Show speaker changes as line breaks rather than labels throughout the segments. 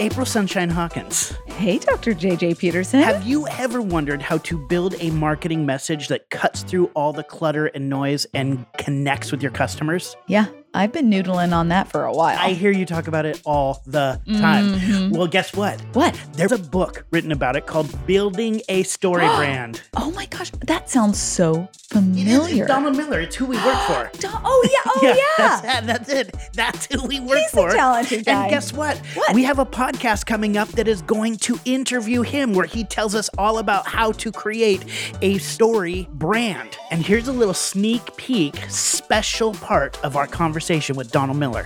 April Sunshine Hawkins.
Hey, Dr. JJ Peterson.
Have you ever wondered how to build a marketing message that cuts through all the clutter and noise and connects with your customers?
yeah, I've been noodling on that for a while.
I hear you talk about it all the time.
Mhm.
Well, guess what?
what?
There's a book written about it called Building a Story Brand.
Oh my gosh, that sounds so familiar.
Donald Miller, it's who we work for.
Don- oh yeah, oh yeah.
That's, uh, that's it. That's who we work
He's
for.
a talented guy.
And guess what?
What?
We have a podcast coming up that is going to interview him where he tells us all about how to create a story brand. And here's a little sneak peek special part of our conversation with Donald Miller.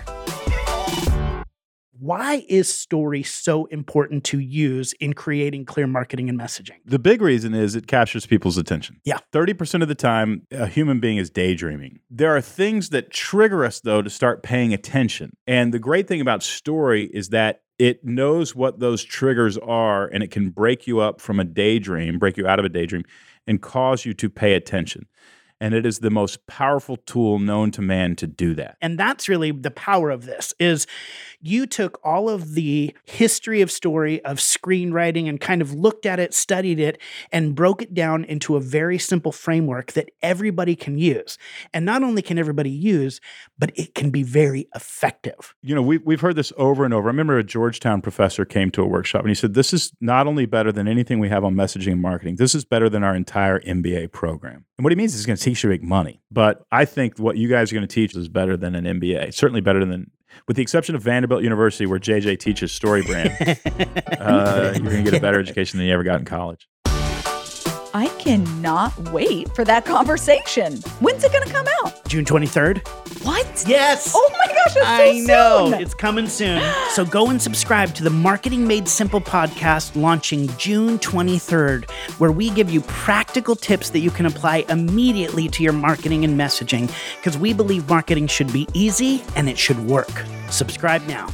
Why is story so important to use in creating clear marketing and messaging?
The big reason is it captures people's attention.
Yeah.
30% of the time, a human being is daydreaming. There are things that trigger us, though, to start paying attention. And the great thing about story is that it knows what those triggers are and it can break you up from a daydream, break you out of a daydream, and cause you to pay attention. And it is the most powerful tool known to man to do that.
and that's really the power of this is you took all of the history of story of screenwriting and kind of looked at it studied it and broke it down into a very simple framework that everybody can use and not only can everybody use but it can be very effective
you know, we, we've heard this over and over. I remember a Georgetown professor came to a workshop and he said, This is not only better than anything we have on messaging and marketing, this is better than our entire MBA program. And what he means is he's going to teach you to make money. But I think what you guys are going to teach is better than an MBA, certainly better than, with the exception of Vanderbilt University, where JJ teaches story brand, uh, you're going to get a better education than you ever got in college.
I cannot wait for that conversation. When's it gonna come out?
june 23rd
What?
yes
Oh my gosh, that's so
I know.
soon.
It's coming soon. So go and subscribe to the Marketing Made Simple podcast launching June 23rd, where we give you practical tips that you can apply immediately to your marketing and messaging because we believe marketing should be easy and it should work. Subscribe now.